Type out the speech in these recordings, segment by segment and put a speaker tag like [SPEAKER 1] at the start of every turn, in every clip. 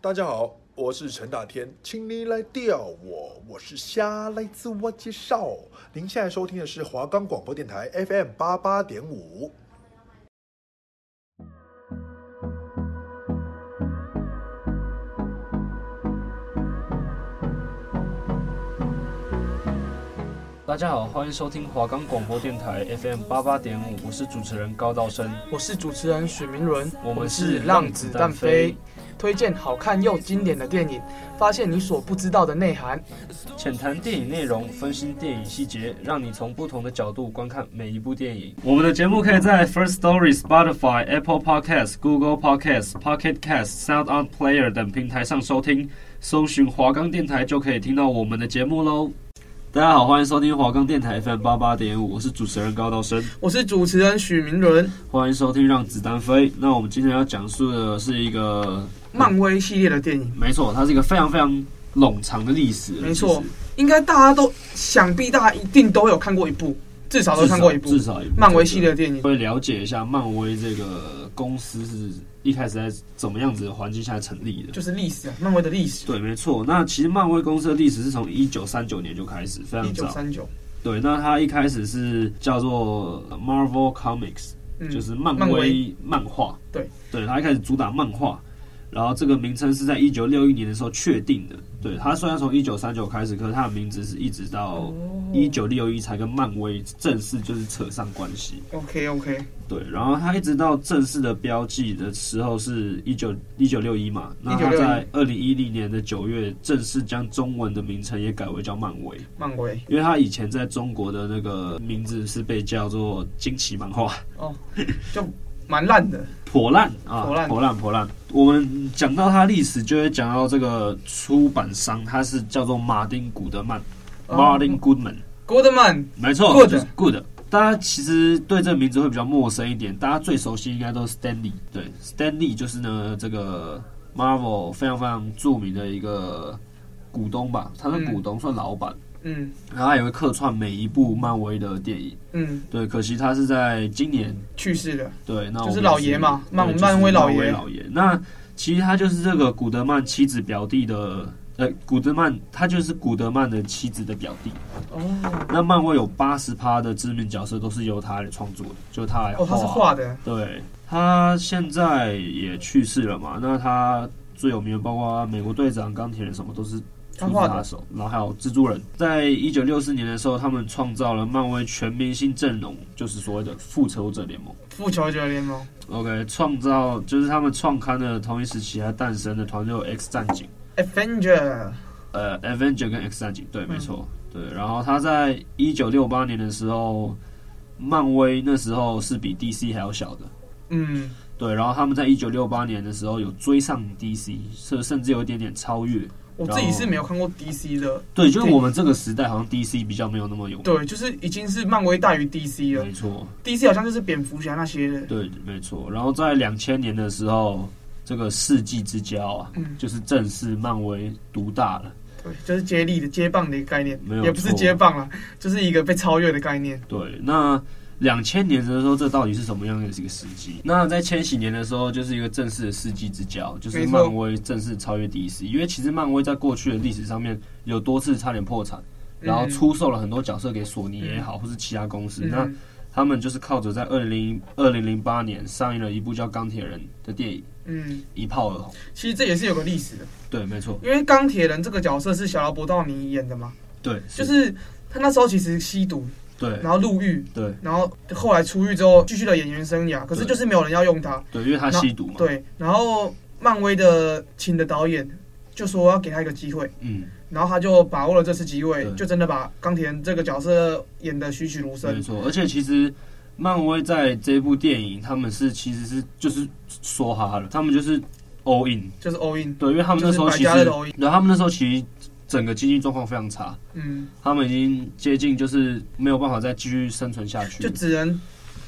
[SPEAKER 1] 大家好，我是陈大天，请你来钓我，我是虾，来自我介绍。您现在收听的是华冈广播电台 FM 八八点五。
[SPEAKER 2] 大家好，欢迎收听华冈广播电台 FM 八八点五，我是主持人高道生。
[SPEAKER 3] 我是主持人许明伦，
[SPEAKER 2] 我们是
[SPEAKER 3] 是让子弹飞，推荐好看又经典的电影，发现你所不知道的内涵。
[SPEAKER 2] 浅谈电影内容，分析电影细节，让你从不同的角度观看每一部电影。我们的节目可以在 First Story、Spotify、Apple Podcasts、Google Podcasts、Pocket Casts、Sound On Player 等平台上收听，搜寻华冈电台就可以听到我们的节目喽。大家好，欢迎收听华冈电台 FM 八八点五，我是主持人高道生。
[SPEAKER 3] 我是主持人许明伦，
[SPEAKER 2] 欢迎收听《让子弹飞》。那我们今天要讲述的是一个，
[SPEAKER 3] 漫威系列的电影，
[SPEAKER 2] 没错，它是一个非常非常冗长的历史了。
[SPEAKER 3] 没
[SPEAKER 2] 其
[SPEAKER 3] 错
[SPEAKER 2] 实，
[SPEAKER 3] 应该大家都想必大家一定都有看过一部，至少都
[SPEAKER 2] 至
[SPEAKER 3] 看
[SPEAKER 2] 少
[SPEAKER 3] 过一部
[SPEAKER 2] 至少一部
[SPEAKER 3] 漫威系列的电影。
[SPEAKER 2] 会了解一下漫威这个公司是一开始在怎么样子的环境下成立的。
[SPEAKER 3] 就是历史啊，漫威的历史，
[SPEAKER 2] 对，没错。那其实漫威公司的历史是从一九三九年就开始，非
[SPEAKER 3] 一
[SPEAKER 2] 常
[SPEAKER 3] 九
[SPEAKER 2] 早。
[SPEAKER 3] 三九，
[SPEAKER 2] 对，那它一开始是叫做呃 Marvel Comics，
[SPEAKER 3] 嗯，
[SPEAKER 2] 就是漫
[SPEAKER 3] 漫
[SPEAKER 2] 威
[SPEAKER 3] 威
[SPEAKER 2] 漫画。
[SPEAKER 3] 对，
[SPEAKER 2] 对他一开始主打漫画，然后这个名称是在一九六一年的时候确定的。对他虽然从一九三九开始，可是他的名字是一直到一九六一才跟漫威正式就是扯上关系。
[SPEAKER 3] OK OK，
[SPEAKER 2] 对，然后他一直到正式的标记的时候是一九一九六一嘛，那他
[SPEAKER 3] 1961
[SPEAKER 2] 在二零一零年的九月正式将中文的名称也改为叫漫威，
[SPEAKER 3] 漫威
[SPEAKER 2] 因为他以前在中国的那个名字是被叫做惊奇漫画。
[SPEAKER 3] 蛮烂的，
[SPEAKER 2] 破烂啊，
[SPEAKER 3] 破烂
[SPEAKER 2] 破烂，破烂。我们讲到它历史，就会讲到这个出版商，它是叫做马丁古德曼、
[SPEAKER 3] 哦
[SPEAKER 2] （Martin Goodman），
[SPEAKER 3] Goodman
[SPEAKER 2] 没错
[SPEAKER 3] Good
[SPEAKER 2] 就是 Good。大家其实对这个名字会比较陌生一点，大家最熟悉应该都是 Stanley。对，Stanley 就是呢这个 Marvel 非常非常著名的一个股东吧，他算
[SPEAKER 3] 嗯
[SPEAKER 2] 股东，算老板，
[SPEAKER 3] 嗯
[SPEAKER 2] 然后他也会客串每一部漫威的电影。
[SPEAKER 3] 嗯，
[SPEAKER 2] 对，可惜他是在今年
[SPEAKER 3] 去世了，
[SPEAKER 2] 对，那我
[SPEAKER 3] 就是
[SPEAKER 2] 们
[SPEAKER 3] 老
[SPEAKER 2] 也
[SPEAKER 3] 爷嘛
[SPEAKER 2] 对
[SPEAKER 3] 漫
[SPEAKER 2] 就是
[SPEAKER 3] 漫威
[SPEAKER 2] 老
[SPEAKER 3] 老爷
[SPEAKER 2] 老爷。那其实他就是这个古德曼妻子表弟的，呃，古德曼他就是古德曼的妻子的表弟。
[SPEAKER 3] 哦
[SPEAKER 2] 那漫威有八十趴的知名角色都是由他来创作的，就他来
[SPEAKER 3] 哦，他是画的，
[SPEAKER 2] 对，他现在也去世了嘛。那他最有名的包括美国队长、钢铁人什么都是出
[SPEAKER 3] 他
[SPEAKER 2] 自
[SPEAKER 3] 画
[SPEAKER 2] 他
[SPEAKER 3] 的，
[SPEAKER 2] 手，然后还有蜘蛛人。在一九六四年的时候，他们创造了漫威全明星阵容，就是所谓的复仇者联盟。
[SPEAKER 3] 复仇者联盟
[SPEAKER 2] OK，创造就是他们创刊的同一时期，它诞生的团队有 X 战警，
[SPEAKER 3] Avenger，
[SPEAKER 2] 呃，Avenger 跟 X 战警，对，没错，对。然后他在一九六八年的时候，漫威那时候是比 DC 还要小的，
[SPEAKER 3] 嗯，
[SPEAKER 2] 对。然后他们在一九六八年的时候有追上 DC，甚甚至有一点点超越。
[SPEAKER 3] 我
[SPEAKER 2] 然
[SPEAKER 3] 自己
[SPEAKER 2] 后
[SPEAKER 3] 是没有看过 DC 的，
[SPEAKER 2] 对，就是我们这个时代好像 DC 比较没有那么有名，
[SPEAKER 3] 对，就是已经是漫威大于 DC 了
[SPEAKER 2] 没错，
[SPEAKER 3] ，DC 好像就是蝙蝠侠那些的，
[SPEAKER 2] 嗯对，没错。然后在两千年的时候，这个世纪之交啊，
[SPEAKER 3] 嗯
[SPEAKER 2] 就是正式漫威独大了。
[SPEAKER 3] 对，就是接力的接棒的一个概念
[SPEAKER 2] 没有，
[SPEAKER 3] 也不是
[SPEAKER 2] 错
[SPEAKER 3] 接棒啦，就是一个被超越的概念，
[SPEAKER 2] 对，那两千年的时候，这到底是什么样的一个时机？那在千禧年的时候，就是一个正式的世纪之交，就是
[SPEAKER 3] 没错
[SPEAKER 2] 漫威正式超越 DC，因为其实漫威在过去的历史上面有多次差点破产。然后
[SPEAKER 3] 嗯
[SPEAKER 2] 出售了很多角色给索尼也好，或是其他公司。那
[SPEAKER 3] 嗯
[SPEAKER 2] 他们就是靠着在二零二零零八年上映了一部叫《钢铁人》的电影，
[SPEAKER 3] 嗯，
[SPEAKER 2] 一炮而红。
[SPEAKER 3] 其实这也是有个历史的，
[SPEAKER 2] 对，没错，
[SPEAKER 3] 因为钢铁人这个角色是小劳勃道尼演的嘛，
[SPEAKER 2] 对，
[SPEAKER 3] 就是他那时候其实吸毒，
[SPEAKER 2] 对
[SPEAKER 3] 然后入狱，
[SPEAKER 2] 对
[SPEAKER 3] 然后后来出狱之后继续了演员生涯，可是
[SPEAKER 2] 对
[SPEAKER 3] 就是没有人要用他，
[SPEAKER 2] 对，因为他吸毒嘛。，
[SPEAKER 3] 对，然后漫威的请的导演就说要给他一个机会，
[SPEAKER 2] 嗯，
[SPEAKER 3] 然后他就把握了这次机会
[SPEAKER 2] 对，
[SPEAKER 3] 就真的把钢铁人这个角色演得栩栩如
[SPEAKER 2] 没
[SPEAKER 3] 生。
[SPEAKER 2] 错，而且其实漫威在这部电影，他们是其实是就是说哈了，他们就是 all in，
[SPEAKER 3] 就是 all in，
[SPEAKER 2] 对，因为他们那时候其
[SPEAKER 3] 就是百家乐的 all
[SPEAKER 2] 实，然后他们那时候其实整个经济状况非常差，
[SPEAKER 3] 嗯，
[SPEAKER 2] 他们已经接近就是没有办法再继续生存下去
[SPEAKER 3] 就，只能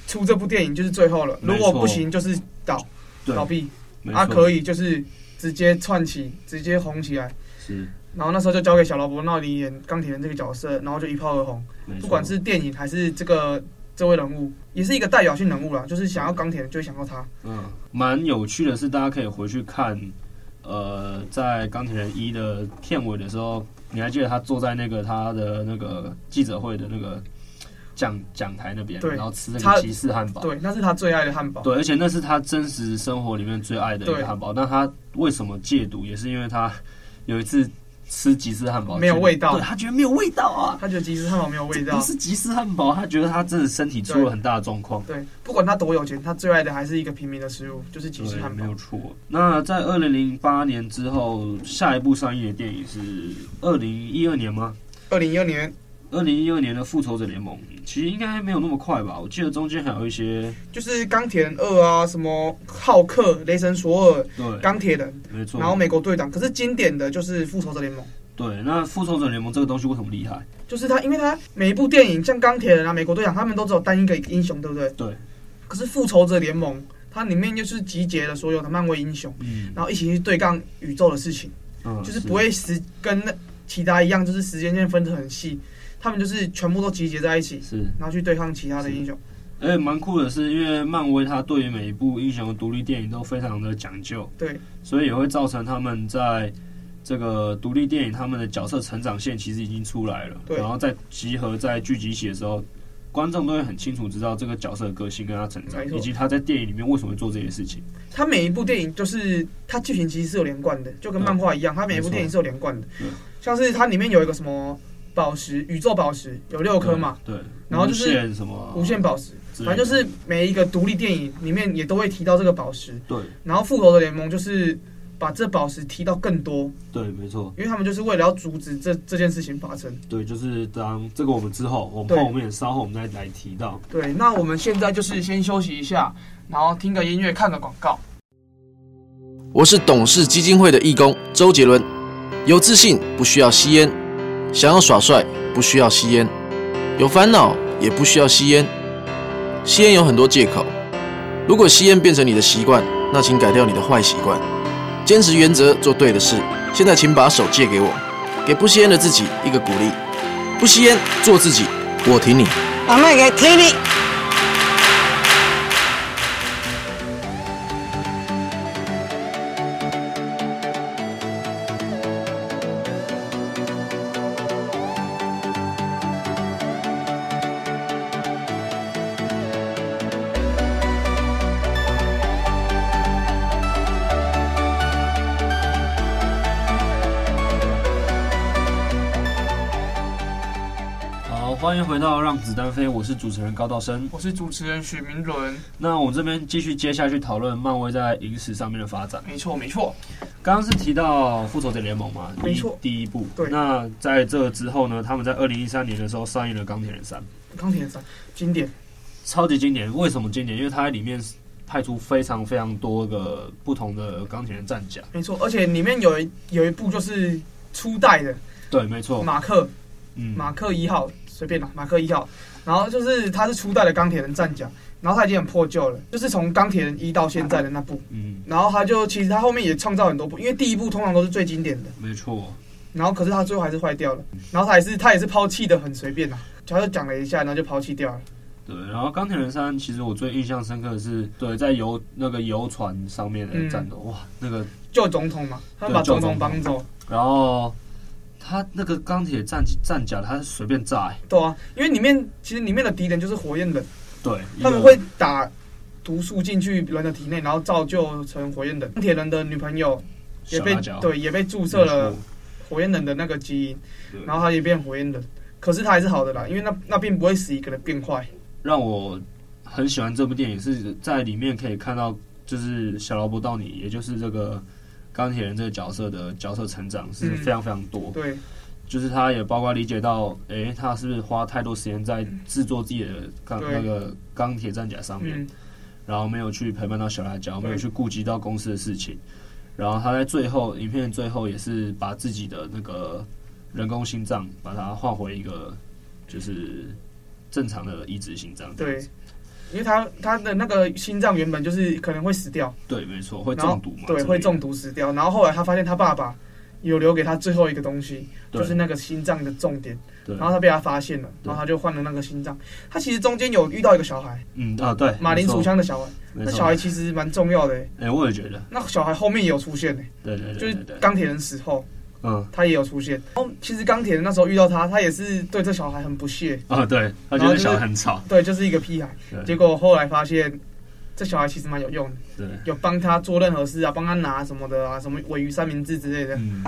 [SPEAKER 3] 出这部电影就是最后了。
[SPEAKER 2] 没
[SPEAKER 3] 如
[SPEAKER 2] 错
[SPEAKER 3] 果不行就是倒
[SPEAKER 2] 对，
[SPEAKER 3] 倒闭，
[SPEAKER 2] 没
[SPEAKER 3] 啊
[SPEAKER 2] 错，
[SPEAKER 3] 可以就是直接串起，直接红起来。
[SPEAKER 2] 是，
[SPEAKER 3] 然后那时候就交给小劳勃·那里演钢铁人这个角色，然后就一炮而红。
[SPEAKER 2] 没错
[SPEAKER 3] 不管是电影还是这个这位人物，也是一个代表性人物啦。就是想要钢铁人就会想到他。
[SPEAKER 2] 嗯，蛮有趣的是，大家可以回去看呃，在《钢铁人一》的片尾的时候，你还记得他坐在那个他的那个记者会的那个讲讲台那边，
[SPEAKER 3] 对
[SPEAKER 2] 然后吃那
[SPEAKER 3] 他
[SPEAKER 2] 个骑士汉堡。
[SPEAKER 3] 对，那是他最爱的汉堡。
[SPEAKER 2] 对，而且那是他真实生活里面最爱的一
[SPEAKER 3] 对
[SPEAKER 2] 个汉堡。那他为什么戒毒，也是因为他有一次吃吉士汉堡
[SPEAKER 3] 没有
[SPEAKER 2] 觉得
[SPEAKER 3] 味道
[SPEAKER 2] 对他觉得没有味道啊，
[SPEAKER 3] 他觉得吉士汉堡没有味
[SPEAKER 2] 这
[SPEAKER 3] 道
[SPEAKER 2] 不。是吉士汉堡，他觉得他真的身体出
[SPEAKER 3] 对
[SPEAKER 2] 了很大的状况。
[SPEAKER 3] 对，不管他多有钱，他最爱的还是一个平民的食物，就是吉士
[SPEAKER 2] 对
[SPEAKER 3] 汉
[SPEAKER 2] 没
[SPEAKER 3] 堡
[SPEAKER 2] 有。错。那在二零零八年之后，下一部上映的电影是二零一二年吗？
[SPEAKER 3] 二零一二年，
[SPEAKER 2] 二零一二年的《复仇者联盟》，其实应该没有那么快吧？我记得中间还有一些
[SPEAKER 3] 就是钢铁人二啊，什么浩克、雷神索尔、
[SPEAKER 2] 对，
[SPEAKER 3] 钢铁人，
[SPEAKER 2] 没错。
[SPEAKER 3] 然后美国队长。可是经典的就是复仇者联盟。
[SPEAKER 2] 对，那《复仇者联盟》这个东西为什么厉害？
[SPEAKER 3] 就是他，因为他每一部电影，像钢铁人啊、美国队长，他们都只有单一个英雄，对不对？
[SPEAKER 2] 对。
[SPEAKER 3] 可是复仇者联盟，它里面就是集结了所有的漫威英雄，
[SPEAKER 2] 嗯，
[SPEAKER 3] 然后一起去对抗宇宙的事情，
[SPEAKER 2] 嗯
[SPEAKER 3] 就是不会时跟那其他一样，就是时间线分得很细，他们就是全部都集结在一起，
[SPEAKER 2] 是。
[SPEAKER 3] 然后去对抗其他的英雄。
[SPEAKER 2] 而且蛮酷的是，因为漫威它对于每一部英雄独立电影都非常的讲究，
[SPEAKER 3] 对，
[SPEAKER 2] 所以也会造成他们在这个独立电影他们的角色成长线其实已经出来了，
[SPEAKER 3] 对
[SPEAKER 2] 然后再集合在聚集一起的时候，观众都会很清楚知道这个角色的个性跟他成长
[SPEAKER 3] 没，错
[SPEAKER 2] 以及他在电影里面为什么会做这些事情。
[SPEAKER 3] 他每一部电影就是它剧情其实是有连贯的，就跟漫画一样，它每一部电影是有连贯的
[SPEAKER 2] 没错。
[SPEAKER 3] 像是它里面有一个什么宝石，宇宙宝石有六颗嘛，
[SPEAKER 2] 对，对，
[SPEAKER 3] 然后就是
[SPEAKER 2] 无限什么啊
[SPEAKER 3] 无限宝石。
[SPEAKER 2] 之类的，
[SPEAKER 3] 反正就是每一个独立电影里面也都会提到这个宝石，
[SPEAKER 2] 对
[SPEAKER 3] 然后复仇者联盟就是把这宝石提到更多，
[SPEAKER 2] 对，没错，
[SPEAKER 3] 因为他们就是为了要阻止这这件事情发生。
[SPEAKER 2] 对，就是当这个我们之后，我们
[SPEAKER 3] 对
[SPEAKER 2] 后面稍后我们再来提到。
[SPEAKER 3] 对，那我们现在就是先休息一下，然后听个音乐，看个广告。
[SPEAKER 4] 我是董事基金会的义工周杰伦。有自信不需要吸烟，想要耍帅不需要吸烟，有烦恼也不需要吸烟。吸烟有很多借口，如果吸烟变成你的习惯，那请改掉你的坏习惯，坚持原则，做对的事。现在请把手借给我，给不吸烟的自己一个鼓励。不吸烟，做自己，我挺你。
[SPEAKER 5] 我卖给听你。
[SPEAKER 2] 好，欢迎回到《让子弹飞》，我是主持人高道生。
[SPEAKER 3] 我是主持人许明伦，
[SPEAKER 2] 那我们这边继续接下去讨论漫威在影史上面的发展。
[SPEAKER 3] 没错没错，
[SPEAKER 2] 刚刚是提到《复仇者联盟》嘛，
[SPEAKER 3] 没错
[SPEAKER 2] 第一第一部。
[SPEAKER 3] 对
[SPEAKER 2] 那在这之后呢，他们在二零一三年的时候上映了《钢铁人三》，
[SPEAKER 3] 钢铁人三经典，
[SPEAKER 2] 超级经典。为什么经典？因为它在里面派出非常非常多个不同的钢铁人战甲。
[SPEAKER 3] 没错，而且里面有一有一部就是初代的
[SPEAKER 2] 对，没错。
[SPEAKER 3] 马克
[SPEAKER 2] 哦嗯，
[SPEAKER 3] 马克一号，随便啦，马克一号。然后就是他是初代的钢铁人战甲，然后他已经很破旧了，就是从钢铁人一到现在的那部。
[SPEAKER 2] 嗯，
[SPEAKER 3] 然后他就其实他后面也创造很多部，因为第一部通常都是最经典的，
[SPEAKER 2] 没错。
[SPEAKER 3] 然后可是他最后还是坏掉了，然后他也是他也是抛弃的很随便呐、他就讲了一下，然后就抛弃掉了。
[SPEAKER 2] 对，然后《钢铁人三》其实我最印象深刻的是，对，在游那个游船上面的战
[SPEAKER 3] 嗯
[SPEAKER 2] 斗，哇，那个
[SPEAKER 3] 救总统嘛，他们
[SPEAKER 2] 对
[SPEAKER 3] 把总
[SPEAKER 2] 救总统
[SPEAKER 3] 统绑走，
[SPEAKER 2] 然后他那个钢铁战战甲，他是随便炸、欸，
[SPEAKER 3] 对啊，因为里面其实里面的敌人就是火焰人，
[SPEAKER 2] 对，
[SPEAKER 3] 他
[SPEAKER 2] 一
[SPEAKER 3] 们
[SPEAKER 2] 个
[SPEAKER 3] 会打毒素进去人的体内，然后造就成火焰人。钢铁人的女朋友也
[SPEAKER 2] 小
[SPEAKER 3] 被
[SPEAKER 2] 辣椒，
[SPEAKER 3] 对也被注
[SPEAKER 2] 没错，
[SPEAKER 3] 射了火焰人的那个基因，
[SPEAKER 2] 对
[SPEAKER 3] 然后他也变火焰人，可是他还是好的啦，因为那那并不会使一个人变坏。
[SPEAKER 2] 让我很喜欢这部电影，是在里面可以看到，就是小劳勃道尼，也就是这个钢铁人这个角色的角色成长是
[SPEAKER 3] 嗯
[SPEAKER 2] 非常非常多，
[SPEAKER 3] 对，
[SPEAKER 2] 就是他也包括理解到，诶、他是不是花太多时间在制作自己的钢
[SPEAKER 3] 对
[SPEAKER 2] 那个钢铁战甲上面，
[SPEAKER 3] 嗯，
[SPEAKER 2] 然后没有去陪伴到小辣椒，
[SPEAKER 3] 对
[SPEAKER 2] 没有去顾及到公司的事情，然后他在最后影片的最后也是把自己的那个人工心脏把它换回一个就是正常的移植心脏这样
[SPEAKER 3] 对
[SPEAKER 2] 子，，
[SPEAKER 3] 因为他他的那个心脏原本就是可能会死掉，
[SPEAKER 2] 对，没错，会
[SPEAKER 3] 然后
[SPEAKER 2] 中毒嘛，
[SPEAKER 3] 对，
[SPEAKER 2] 之类的
[SPEAKER 3] 会中，毒死掉。然后后来他发现他爸爸有留给他最后一个东西，
[SPEAKER 2] 对
[SPEAKER 3] 就是那个心脏的重点。
[SPEAKER 2] 对
[SPEAKER 3] 然后他被他发现了，
[SPEAKER 2] 对
[SPEAKER 3] 然后他就换了那个心脏。他其实中间有遇到一个小孩，
[SPEAKER 2] 嗯啊，对，
[SPEAKER 3] 马铃
[SPEAKER 2] 没错
[SPEAKER 3] 薯，枪的小孩，
[SPEAKER 2] 没
[SPEAKER 3] 那
[SPEAKER 2] 错
[SPEAKER 3] 小孩，其实蛮重要的欸。
[SPEAKER 2] 哎，我也觉得，
[SPEAKER 3] 那小孩后面也有出现欸，
[SPEAKER 2] 对对
[SPEAKER 3] 就
[SPEAKER 2] 对
[SPEAKER 3] 是
[SPEAKER 2] 对对，
[SPEAKER 3] 钢铁人死后
[SPEAKER 2] 嗯
[SPEAKER 3] 他也有出现。然后其实钢铁人那时候遇到他，他也是对这小孩很不屑，
[SPEAKER 2] 啊，对，他觉
[SPEAKER 3] 然后
[SPEAKER 2] 得
[SPEAKER 3] 就是
[SPEAKER 2] 小孩很吵，
[SPEAKER 3] 对，就是一个屁孩。
[SPEAKER 2] 对
[SPEAKER 3] 结果后来发现，这小孩其实蛮有用的，
[SPEAKER 2] 对，
[SPEAKER 3] 有帮他做任何事啊，帮他拿什么的啊，什么尾鱼三明治之类的。
[SPEAKER 2] 嗯。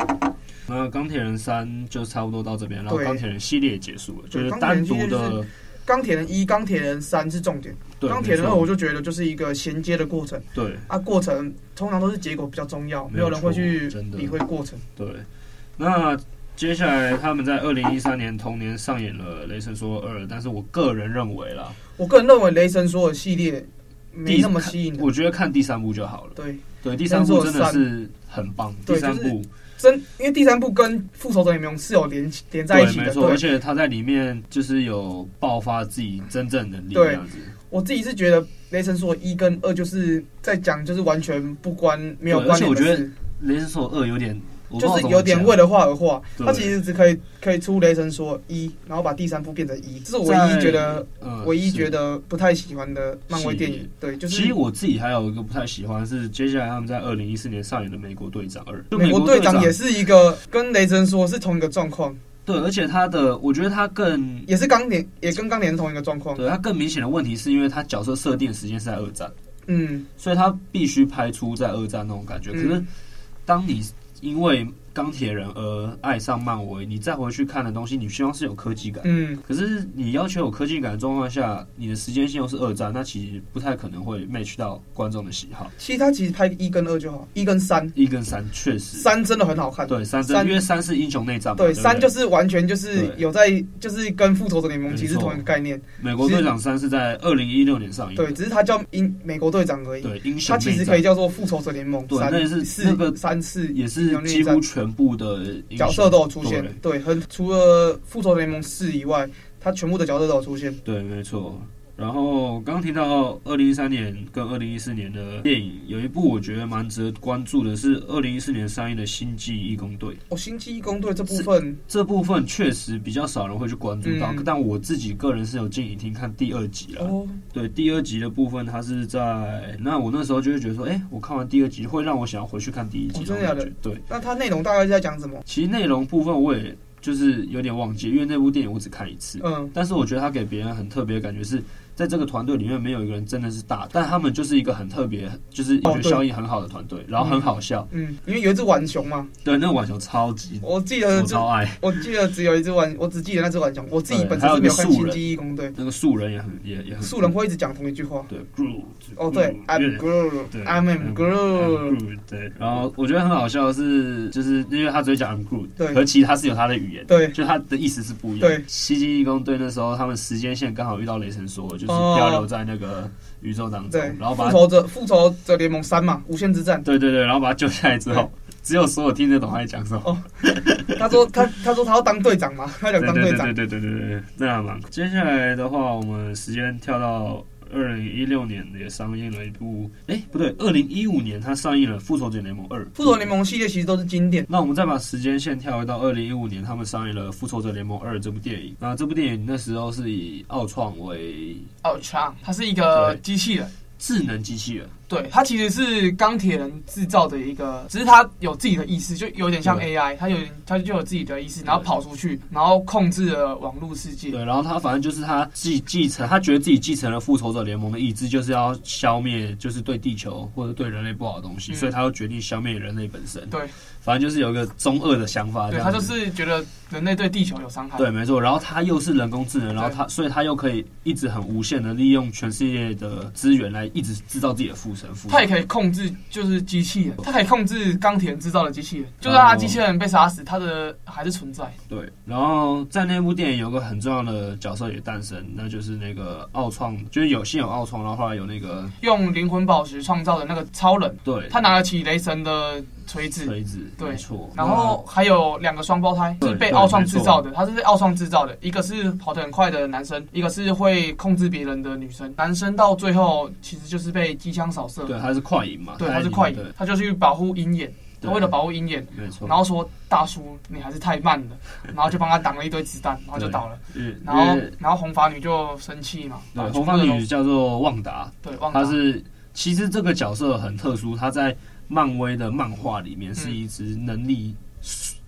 [SPEAKER 2] 那钢铁人三就差不多到这边，然后
[SPEAKER 3] 对
[SPEAKER 2] 钢铁人系列也结束了，就
[SPEAKER 3] 对
[SPEAKER 2] 是单独
[SPEAKER 3] 钢铁人系
[SPEAKER 2] 的
[SPEAKER 3] 钢铁人一、钢铁人三是重点，
[SPEAKER 2] 对
[SPEAKER 3] 钢铁人
[SPEAKER 2] 没
[SPEAKER 3] 二
[SPEAKER 2] 错
[SPEAKER 3] 我就觉得就是一个衔接的过程
[SPEAKER 2] 对
[SPEAKER 3] 啊，过程通常都是结果比较重要，
[SPEAKER 2] 没
[SPEAKER 3] 没
[SPEAKER 2] 有
[SPEAKER 3] 有人会去
[SPEAKER 2] 错真的
[SPEAKER 3] 理会过程。
[SPEAKER 2] 对。那接下来他们在二零一三年同年上演了《雷神索尔二》，但是我个人认为啦，
[SPEAKER 3] 我个人认为雷神索尔系列没
[SPEAKER 2] 第
[SPEAKER 3] 那么吸引人，
[SPEAKER 2] 我觉得看第三部就好了。
[SPEAKER 3] 对，
[SPEAKER 2] 对，第三部真的
[SPEAKER 3] 但是我
[SPEAKER 2] 是很棒，第
[SPEAKER 3] 对
[SPEAKER 2] 三
[SPEAKER 3] 就
[SPEAKER 2] 部
[SPEAKER 3] 真因为第三部跟复仇者联盟是有连起连在
[SPEAKER 2] 对
[SPEAKER 3] 一起
[SPEAKER 2] 没
[SPEAKER 3] 的，
[SPEAKER 2] 错，而
[SPEAKER 3] 对，
[SPEAKER 2] 且他在里面就是有爆发自己真正能力
[SPEAKER 3] 对
[SPEAKER 2] 这样子，
[SPEAKER 3] 我自己是觉得雷神索尔一跟二就是在讲就是完全不关没有
[SPEAKER 2] 对而
[SPEAKER 3] 关
[SPEAKER 2] 且
[SPEAKER 3] 联
[SPEAKER 2] 我
[SPEAKER 3] 的事，
[SPEAKER 2] 觉得雷神索尔二有点，我不知
[SPEAKER 3] 就
[SPEAKER 2] 道
[SPEAKER 3] 是
[SPEAKER 2] 怎么
[SPEAKER 3] 有点
[SPEAKER 2] 讲
[SPEAKER 3] 为了画而画，
[SPEAKER 2] 对
[SPEAKER 3] 他其实只可以可以出雷神说一，然后把第三部变成一，这是我唯
[SPEAKER 2] 在
[SPEAKER 3] 一觉得
[SPEAKER 2] 嗯
[SPEAKER 3] 唯一
[SPEAKER 2] 是
[SPEAKER 3] 觉得不太喜欢的漫威电
[SPEAKER 2] 是
[SPEAKER 3] 影。对，就是
[SPEAKER 2] 其实我自己还有一个不太喜欢是，接下来他们在二零一四年上演的《美国队长二》，就
[SPEAKER 3] 美
[SPEAKER 2] 国
[SPEAKER 3] 国队
[SPEAKER 2] 长
[SPEAKER 3] 长也是一个跟雷神说是同一个状况，
[SPEAKER 2] 对，而且他的我觉得他更
[SPEAKER 3] 也是钢铁也跟钢铁是同一个状况。
[SPEAKER 2] 对他更明显的问题是因为他角色设定的时间是在二战，
[SPEAKER 3] 嗯，
[SPEAKER 2] 所以他必须拍出在二战那种感觉。可
[SPEAKER 3] 嗯
[SPEAKER 2] 是当你因为钢铁人而爱上漫威，你再回去看的东西，你希望是有科技感。
[SPEAKER 3] 嗯，
[SPEAKER 2] 可是你要求有科技感的状况下，你的时间线又是二战，那其实不太可能会 match 到观众的喜好。
[SPEAKER 3] 其实他其实拍一跟二就好，一跟三，
[SPEAKER 2] 一跟三确实
[SPEAKER 3] 三真的很好看。
[SPEAKER 2] 对，三真
[SPEAKER 3] 三
[SPEAKER 2] 因为三是英雄内战嘛，对
[SPEAKER 3] 对，
[SPEAKER 2] 不对，
[SPEAKER 3] 三就是完全就是
[SPEAKER 2] 对
[SPEAKER 3] 有在就是跟复仇者联盟其实是
[SPEAKER 2] 没错
[SPEAKER 3] 同一个概念，
[SPEAKER 2] 美国队长三是在二零一六年上映的，
[SPEAKER 3] 对，只是他叫英美国队长而已。
[SPEAKER 2] 对，英雄
[SPEAKER 3] 它
[SPEAKER 2] 内
[SPEAKER 3] 其
[SPEAKER 2] 战
[SPEAKER 3] 实可以叫做复仇者联盟
[SPEAKER 2] 对
[SPEAKER 3] 三，
[SPEAKER 2] 那也是
[SPEAKER 3] 四
[SPEAKER 2] 那个
[SPEAKER 3] 三四
[SPEAKER 2] 也是几乎全部的英雄
[SPEAKER 3] 角色都有出现
[SPEAKER 2] 对，
[SPEAKER 3] 对，很除了复仇者联盟四以外，它全部的角色都有出现。
[SPEAKER 2] 对，没错。然后刚提到二零一三年跟二零一四年的电影，有一部我觉得蛮值得关注的是二零一四年上映的《星际义工队》，
[SPEAKER 3] 哦，星际义工队这部分，
[SPEAKER 2] 这部分确实比较少人会去关注到，
[SPEAKER 3] 嗯
[SPEAKER 2] 但我自己个人是有进影厅看第二集了。
[SPEAKER 3] 哦，
[SPEAKER 2] 对，第二集的部分它是在那我那时候就会觉得说，哎，我看完第二集会让我想要回去看第一集，
[SPEAKER 3] 哦真的
[SPEAKER 2] 那种
[SPEAKER 3] 假的
[SPEAKER 2] 感觉对。
[SPEAKER 3] 那它内容大概是在讲什么？
[SPEAKER 2] 其实内容部分我也就是有点忘记，因为那部电影我只看一次。
[SPEAKER 3] 嗯，
[SPEAKER 2] 但是我觉得他给别人很特别的感觉是，在这个团队里面没有一个人真的是大，但他们就是一个很特别，就是我觉得效益很好的团队，然后很好笑。
[SPEAKER 3] 哦嗯，哦因为有一只浣熊嘛，
[SPEAKER 2] 对，那个浣熊超级，
[SPEAKER 3] 我记
[SPEAKER 2] 我
[SPEAKER 3] 得
[SPEAKER 2] 超
[SPEAKER 3] 就
[SPEAKER 2] 爱。
[SPEAKER 3] 我记得只有一只浣，我只记得那只浣熊，我自己
[SPEAKER 2] 对
[SPEAKER 3] 本身
[SPEAKER 2] 还有
[SPEAKER 3] 是
[SPEAKER 2] 一
[SPEAKER 3] 没
[SPEAKER 2] 个
[SPEAKER 3] 有看
[SPEAKER 2] 树
[SPEAKER 3] 星
[SPEAKER 2] 人
[SPEAKER 3] 际义工队，
[SPEAKER 2] 那个树人也很也也很
[SPEAKER 3] 素人会一直讲同一句话。
[SPEAKER 2] 对 Groot
[SPEAKER 3] 哦，对
[SPEAKER 2] Groot，
[SPEAKER 3] ，I'm
[SPEAKER 2] 对
[SPEAKER 3] Groot，I'm
[SPEAKER 2] I'm
[SPEAKER 3] Groot，
[SPEAKER 2] Groot，对，然后我觉得很好笑的是，就是因为他只会讲 I'm Groot，
[SPEAKER 3] 对
[SPEAKER 2] 和其他是有他的语言，
[SPEAKER 3] 对
[SPEAKER 2] 就他的意思是不一样。
[SPEAKER 3] 对
[SPEAKER 2] 西京义工队那时候他们时间线刚好遇到雷神索尔，就是
[SPEAKER 3] 哦
[SPEAKER 2] 漂流在那个宇宙当中
[SPEAKER 3] 对，，
[SPEAKER 2] 然后
[SPEAKER 3] 复
[SPEAKER 2] 把他
[SPEAKER 3] 仇者复仇者联盟三嘛，无限之战。
[SPEAKER 2] 对对对，然后把他救下来之后，只有所有听得懂他在讲什么。
[SPEAKER 3] 哦他说他他说他要当队长嘛，他想
[SPEAKER 2] 对
[SPEAKER 3] 当
[SPEAKER 2] 对
[SPEAKER 3] 队
[SPEAKER 2] 对
[SPEAKER 3] 长
[SPEAKER 2] 对。对对对对，那还蛮酷。接下来的话，我们时间跳到。二零一六年也上映了一部，哎、不对，二零一五年它上映了《复仇者联盟二》。
[SPEAKER 3] 复仇者联盟系列其实都是经典，
[SPEAKER 2] 那我们再把时间线跳回到二零一五年，他们上映了《复仇者联盟二》这部电影。那这部电影那时候是以奥创为
[SPEAKER 3] 奥强，哦他是一
[SPEAKER 2] 个
[SPEAKER 3] 机器人，
[SPEAKER 2] 智能机器人，
[SPEAKER 3] 对，他其实是钢铁人制造的一个，只是他有自己的意识，就有点像
[SPEAKER 2] 对
[SPEAKER 3] AI，他有点他就有自己的意识，
[SPEAKER 2] 对
[SPEAKER 3] 然后跑出去，然后控制了网络世界。
[SPEAKER 2] 对，然后他反正就是他继继承，他觉得自己继承了复仇者联盟的意志，就是要消灭，就是对地球或者对人类不好的东西，
[SPEAKER 3] 嗯
[SPEAKER 2] 所以他就决定消灭人类本身。
[SPEAKER 6] 对，
[SPEAKER 2] 反正就是有一个中二的想法，这
[SPEAKER 6] 对
[SPEAKER 2] 样
[SPEAKER 6] 他
[SPEAKER 2] 子
[SPEAKER 6] 就是觉得人类对地球有伤害。
[SPEAKER 2] 对，没错。然后他又是人工智能，然后他，所以他又可以一直很无限的利用全世界的资源来一直制造自己的附身。附身
[SPEAKER 6] 他也可以控制，就是机器人，他可以控制钢铁人制造的机器
[SPEAKER 2] 哦
[SPEAKER 6] 人，就算他机器人被杀死，他的还是存在。
[SPEAKER 2] 对，然后在那部电影有个很重要的角色也诞生，那就是那个奥创，就是有先有奥创，然后后来有那个
[SPEAKER 6] 用灵魂宝石创造的那个超人，
[SPEAKER 2] 对，
[SPEAKER 6] 他拿得起雷神的锤子，
[SPEAKER 2] 锤子，
[SPEAKER 6] 对
[SPEAKER 2] 没错。
[SPEAKER 6] 然后还有两个双胞胎
[SPEAKER 2] 对
[SPEAKER 6] 是被奥创制造的，他是被奥创制造的，一个是跑得很快的男生，一个是会控制别人的女生。男生到最后其实就是被机枪扫射
[SPEAKER 2] 那，对，他是快银嘛，
[SPEAKER 6] 对，
[SPEAKER 2] 在
[SPEAKER 6] 他是
[SPEAKER 2] 里
[SPEAKER 6] 快
[SPEAKER 2] 面
[SPEAKER 6] 银，他就去保护鹰眼。
[SPEAKER 2] 对
[SPEAKER 3] 他为了保护鹰眼，
[SPEAKER 2] 没错。
[SPEAKER 3] 然后说大叔你还是太慢 了，然后就帮他挡了一堆子弹，然后就倒了。
[SPEAKER 2] 嗯，
[SPEAKER 3] 然后
[SPEAKER 2] 因为
[SPEAKER 3] 然后红发女就生气嘛，
[SPEAKER 2] 对
[SPEAKER 3] 把
[SPEAKER 2] 红发
[SPEAKER 3] 那
[SPEAKER 2] 女
[SPEAKER 3] 种
[SPEAKER 2] 叫做旺达，
[SPEAKER 3] 对忘
[SPEAKER 2] 她
[SPEAKER 3] 了
[SPEAKER 2] 是其实这个角色很特殊，她在漫威的漫画里面是一只能力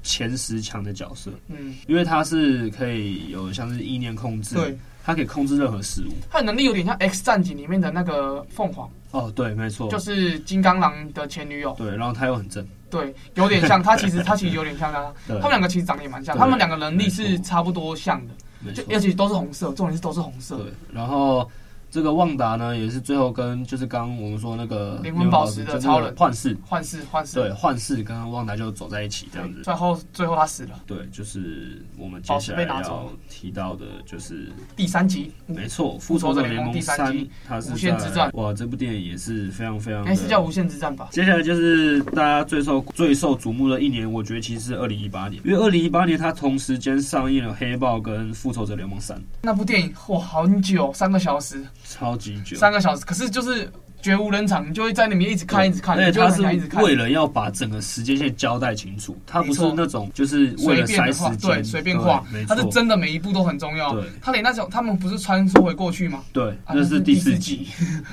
[SPEAKER 2] 前十强的角色，
[SPEAKER 3] 嗯，
[SPEAKER 2] 因为她是可以有像是意念控制，
[SPEAKER 3] 对，
[SPEAKER 2] 她可以控制任何事物。
[SPEAKER 3] 她的能力有点像 X 战警里面的那个凤凰，
[SPEAKER 2] 哦，对，没错，
[SPEAKER 3] 就是金刚狼的前女友，
[SPEAKER 2] 对，然后她又很正，
[SPEAKER 3] 对，有点 像她，其实她其实有点像她，
[SPEAKER 2] 对
[SPEAKER 3] 他，们两个其实长得也蛮像，
[SPEAKER 2] 对
[SPEAKER 3] 他们两个能力
[SPEAKER 2] 没
[SPEAKER 3] 是
[SPEAKER 2] 错
[SPEAKER 3] 差不多像的，
[SPEAKER 2] 没
[SPEAKER 3] 就
[SPEAKER 2] 错，
[SPEAKER 3] 而且都是红色，重点是都是红色
[SPEAKER 2] 对，，然后。这个旺达呢，也是最后跟就是刚刚我们说那个
[SPEAKER 3] 灵魂宝石的超人
[SPEAKER 2] 幻视，
[SPEAKER 3] 幻视幻视，
[SPEAKER 2] 对，幻视跟旺达就走在一起这样子。
[SPEAKER 3] 最后最后他死了，
[SPEAKER 2] 对，就是我们接下来要提到的，就是
[SPEAKER 3] 第三集，
[SPEAKER 2] 没错，《复仇者联盟
[SPEAKER 3] 第
[SPEAKER 2] 三
[SPEAKER 3] 三集》，
[SPEAKER 2] 它是
[SPEAKER 3] 无限之战
[SPEAKER 2] 在哇，这部电影也是非常非常
[SPEAKER 3] 应
[SPEAKER 2] 的。
[SPEAKER 3] 该是叫无限之战吧，
[SPEAKER 2] 接下来就是大家最受最受瞩目的一年，我觉得其实是二零一八年，因为二零一八年它同时间上映了《黑豹》跟《复仇者联盟三》，
[SPEAKER 3] 那部电影哇，好久，三个小时，
[SPEAKER 2] 超级久。
[SPEAKER 3] 三个小时，可是就是绝无人场，你就会在里面一直看一直看，
[SPEAKER 2] 而
[SPEAKER 3] 你
[SPEAKER 2] 且
[SPEAKER 3] 就会
[SPEAKER 2] 他
[SPEAKER 3] 很
[SPEAKER 2] 是
[SPEAKER 3] 想一直看。
[SPEAKER 2] 为了要把整个时间线交代清楚，他不是
[SPEAKER 3] 没错
[SPEAKER 2] 那种就是为
[SPEAKER 3] 随
[SPEAKER 2] 了
[SPEAKER 3] 便
[SPEAKER 2] 塞
[SPEAKER 3] 的
[SPEAKER 2] 时
[SPEAKER 3] 画，
[SPEAKER 2] 间，
[SPEAKER 3] 对，随便画
[SPEAKER 2] 对没，
[SPEAKER 3] 他是
[SPEAKER 2] 错
[SPEAKER 3] 真的每一步都很重要
[SPEAKER 2] 对。
[SPEAKER 3] 他连那种他们不是穿梭回过去吗？
[SPEAKER 2] 对，
[SPEAKER 3] 啊
[SPEAKER 2] 那是第四
[SPEAKER 3] 四
[SPEAKER 2] 集。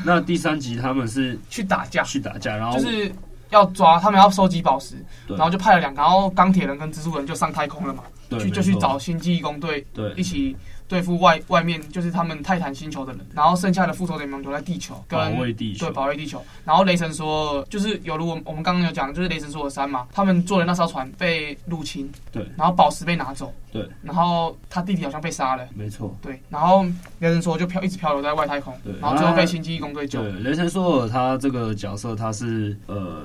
[SPEAKER 2] 那第三集他们是
[SPEAKER 3] 去打架，
[SPEAKER 2] 去打架，然后
[SPEAKER 3] 就是要抓他们要收集宝石，
[SPEAKER 2] 对
[SPEAKER 3] 然后就派了两个，然后钢铁人跟蜘蛛人就上太空了嘛，
[SPEAKER 2] 对
[SPEAKER 3] 去
[SPEAKER 2] 没
[SPEAKER 3] 就去
[SPEAKER 2] 错
[SPEAKER 3] 找星际义工队
[SPEAKER 2] 对
[SPEAKER 3] 一起对付外外面就是他们泰坦星球的人，然后剩下的复仇者联盟留在地球跟
[SPEAKER 2] 保卫地球
[SPEAKER 3] 对，保卫地球。然后雷神说，就是有如我们我们刚刚有讲，就是雷神说的山嘛，他们坐的那艘船被入侵，
[SPEAKER 2] 对
[SPEAKER 3] 然后宝石被拿走，
[SPEAKER 2] 对，
[SPEAKER 3] 然后他弟弟好像被杀了，
[SPEAKER 2] 没错。
[SPEAKER 3] 对，然后雷神说就漂一直漂流在外太空
[SPEAKER 2] 对，
[SPEAKER 3] 然后最后
[SPEAKER 2] 啊
[SPEAKER 3] 被星际义工队救
[SPEAKER 2] 对，，雷神索尔他这个角色，他是呃，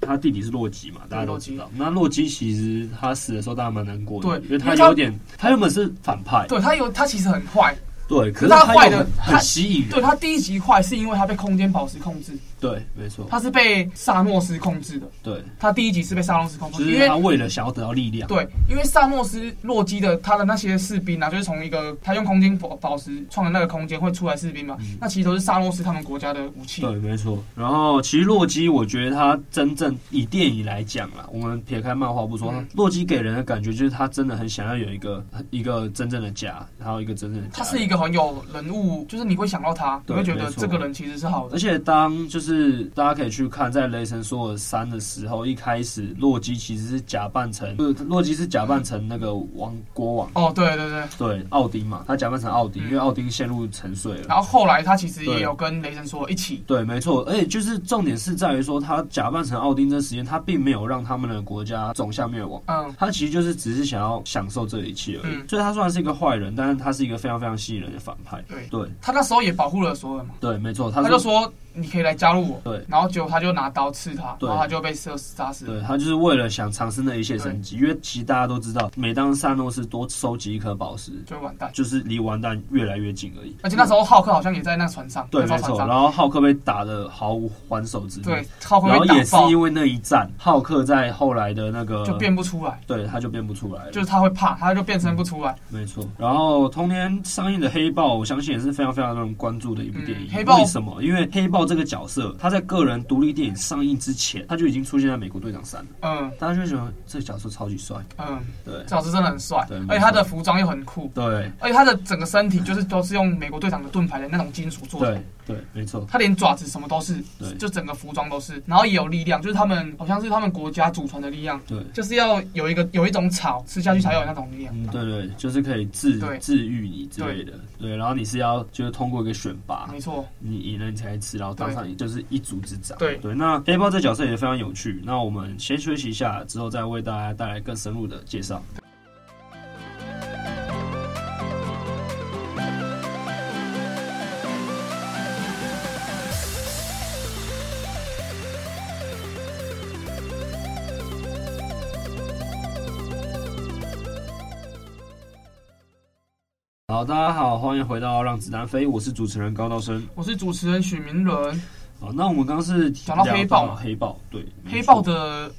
[SPEAKER 2] 他弟弟是洛基嘛，大家都知道。那洛基其实他死的时候，大家蛮难过的，
[SPEAKER 3] 对
[SPEAKER 2] 因为
[SPEAKER 3] 因
[SPEAKER 2] 他
[SPEAKER 3] 为他
[SPEAKER 2] 有点，他原本是反派，
[SPEAKER 3] 对他有他其实很坏，
[SPEAKER 2] 对，可
[SPEAKER 3] 可
[SPEAKER 2] 是
[SPEAKER 3] 是他坏
[SPEAKER 2] 又
[SPEAKER 3] 的
[SPEAKER 2] 很
[SPEAKER 3] 他
[SPEAKER 2] 很吸引
[SPEAKER 3] 对
[SPEAKER 2] 人，
[SPEAKER 3] 他第一集坏是因为他被空间宝石控制，
[SPEAKER 2] 对，没错，
[SPEAKER 3] 他是被萨诺斯控制的，
[SPEAKER 2] 对，
[SPEAKER 3] 他第一集是被萨诺斯控
[SPEAKER 2] 就
[SPEAKER 3] 制，因
[SPEAKER 2] 是
[SPEAKER 3] 为
[SPEAKER 2] 他为了想要得到力量，
[SPEAKER 3] 对，因为萨诺斯洛基的他的那些士兵啊，就是从一个他用空间宝宝石创的那个空间会出来士兵嘛，那其实都是萨诺斯他们国家的武器。
[SPEAKER 2] 嗯对，没错。然后其实洛基，我觉得他真正以电影来讲啦，我们撇开漫画不说，
[SPEAKER 3] 嗯
[SPEAKER 2] 洛基给人的感觉就是他真的很想要有一个一个真正的家，然后一个真正的家人。
[SPEAKER 3] 他是一个很有人物，就是你会想到他，你
[SPEAKER 2] 对
[SPEAKER 3] 会觉得
[SPEAKER 2] 没错
[SPEAKER 3] 这个人其实是好
[SPEAKER 2] 而
[SPEAKER 3] 的。
[SPEAKER 2] 且当就是大家可以去看，在《雷神索尔三》的时候，一开始洛基其实是假扮成，就是洛基是假扮成那个王国王，
[SPEAKER 3] 哦，对对对。
[SPEAKER 2] 对，奥丁嘛，他假扮成奥丁，
[SPEAKER 3] 嗯
[SPEAKER 2] 因为奥丁陷入沉睡了。
[SPEAKER 3] 然后后来他其实
[SPEAKER 2] 对
[SPEAKER 3] 也有跟雷神说一起，
[SPEAKER 2] 对，没错，而且就是重点是在于说，他假扮成奥丁这时间，他并没有让他们的国家走向灭亡。
[SPEAKER 3] 嗯，
[SPEAKER 2] 他其实就是只是想要享受这一切而已，
[SPEAKER 3] 嗯
[SPEAKER 2] 所以他虽然是一个坏人，但是他是一个非常非常吸引人的反派。
[SPEAKER 3] 对
[SPEAKER 2] 对
[SPEAKER 3] 他那时候也保护了索尔嘛，
[SPEAKER 2] 对，没错，他
[SPEAKER 3] 他
[SPEAKER 2] 是
[SPEAKER 3] 就说你可以来加入我，
[SPEAKER 2] 对
[SPEAKER 3] 然后结果他就拿刀刺他，
[SPEAKER 2] 对
[SPEAKER 3] 然后他就被射死杀死了。
[SPEAKER 2] 对他就是为了想尝试那一线生机，因为其实大家都知道，每当萨诺斯多收集一颗宝石，
[SPEAKER 3] 就完蛋。
[SPEAKER 2] 就是离完蛋越来越近而已。
[SPEAKER 3] 而且那时候浩克好像也在那船上，
[SPEAKER 2] 对，
[SPEAKER 3] 那艘
[SPEAKER 2] 没
[SPEAKER 3] 船
[SPEAKER 2] 错。
[SPEAKER 3] 上，
[SPEAKER 2] 然后浩克被打的毫无还手之力，
[SPEAKER 3] 对，浩克
[SPEAKER 2] 然后
[SPEAKER 3] 被打
[SPEAKER 2] 也是
[SPEAKER 3] 爆，
[SPEAKER 2] 因为那一战，浩克在后来的那个
[SPEAKER 3] 就变不出来，
[SPEAKER 2] 对他就变不出来了，
[SPEAKER 3] 就是他会怕，他就变身不出来。
[SPEAKER 2] 没错。然后同年上映的《黑豹》，我相信也是非常非常多人关注的一部电影。
[SPEAKER 3] 嗯黑豹
[SPEAKER 2] 为什么？因为黑豹这个角色，他在个人独立电影上映之前，他就已经出现在《美国队长三》了。
[SPEAKER 3] 嗯
[SPEAKER 2] 大家就会觉得这个角色超级帅，
[SPEAKER 3] 嗯，
[SPEAKER 2] 对
[SPEAKER 3] 这老师真的很帅
[SPEAKER 2] 对，
[SPEAKER 3] 而
[SPEAKER 2] 没
[SPEAKER 3] 且
[SPEAKER 2] 错
[SPEAKER 3] 他的服装又很酷，
[SPEAKER 2] 对
[SPEAKER 3] 而且他的整个身体就是都是用美国队长的盾牌的那种金属做的
[SPEAKER 2] 对。对，没错，
[SPEAKER 3] 他连爪子什么都是
[SPEAKER 2] 对，
[SPEAKER 3] 就整个服装都是，然后也有力量，就是他们好像是他们国家祖传的力量，
[SPEAKER 2] 对。
[SPEAKER 3] 就是要有一个有一种草吃下去才有那种力量。
[SPEAKER 2] 嗯，对对，就是可以治
[SPEAKER 3] 对
[SPEAKER 2] 治愈你之类的，对，然后你是要就是通过一个选拔，
[SPEAKER 3] 没错，
[SPEAKER 2] 你赢了你才吃，然后当上就是一族之长。
[SPEAKER 3] 对
[SPEAKER 2] 对，那黑豹这角色也非常有趣，那我们先休息一下，之后再为大家带来更深入的介绍。好，大家好，欢迎回到《让子弹飞》，我是主持人高道生。
[SPEAKER 3] 我是主持人许明伦，
[SPEAKER 2] 好，哦那我们刚刚是
[SPEAKER 3] 讲到黑豹嘛
[SPEAKER 2] 黑豹对，没错
[SPEAKER 3] 黑豹的